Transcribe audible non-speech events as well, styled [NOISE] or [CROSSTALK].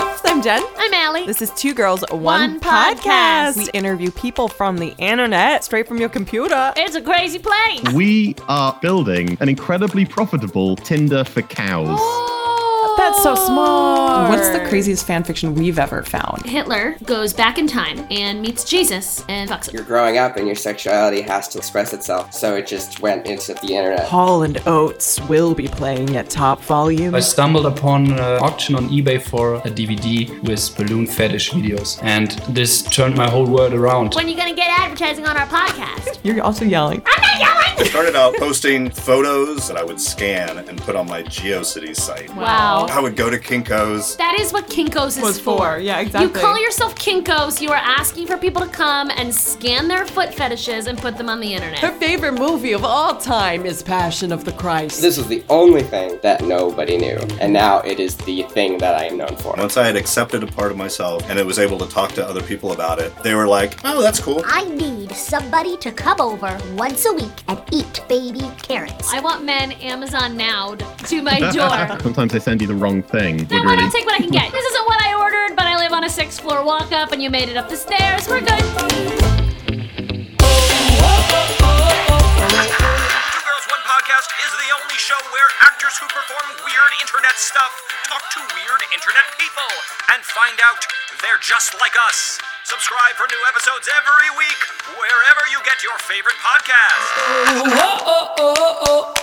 I'm Jen. I'm Allie. This is Two Girls, One, One podcast. We interview people from the internet straight from your computer. it's a crazy place. We are building an incredibly profitable Tinder for cows. Oh, That's so smart. What's the craziest fan fiction we've ever found? Hitler goes back in time and meets Jesus and fucks him. you're growing up and your sexuality has to express itself. So it just went into the internet. Hall and Oates will be playing at top volume. I stumbled upon an auction on eBay for a DVD with balloon fetish videos, and this turned my whole world around. When are you gonna get advertising on our podcast? You're also yelling. I'm not yelling! started out posting photos that I would scan and put on my GeoCities site. Wow. I would go to Kinko's. That is what Kinkos is Was for, yeah, You exactly. call yourself Kinkos, you are asking for people to come and scan their foot fetishes and put them on the Her internet. favorite movie of all time is Passion of the Christ. This was the only thing that nobody knew. And now it is the thing that I am known for. Once I had accepted a part of myself and I was able to talk to other people about it, they were like, oh, that's cool. I need somebody to come over once a week and eat baby carrots. I want men Amazon now to [LAUGHS] my [LAUGHS] door. Sometimes they send you the wrong thing. Then would why really- not take what I can get? This isn't what I ordered, but I live on a six floor walk up and you made it up the stairs. We're good. Two Girls One Podcast is the only show where actors who perform weird internet stuff talk to weird internet people and find out they're just like us. Subscribe for new episodes every week, wherever you get your favorite podcast. oh, oh, oh, oh,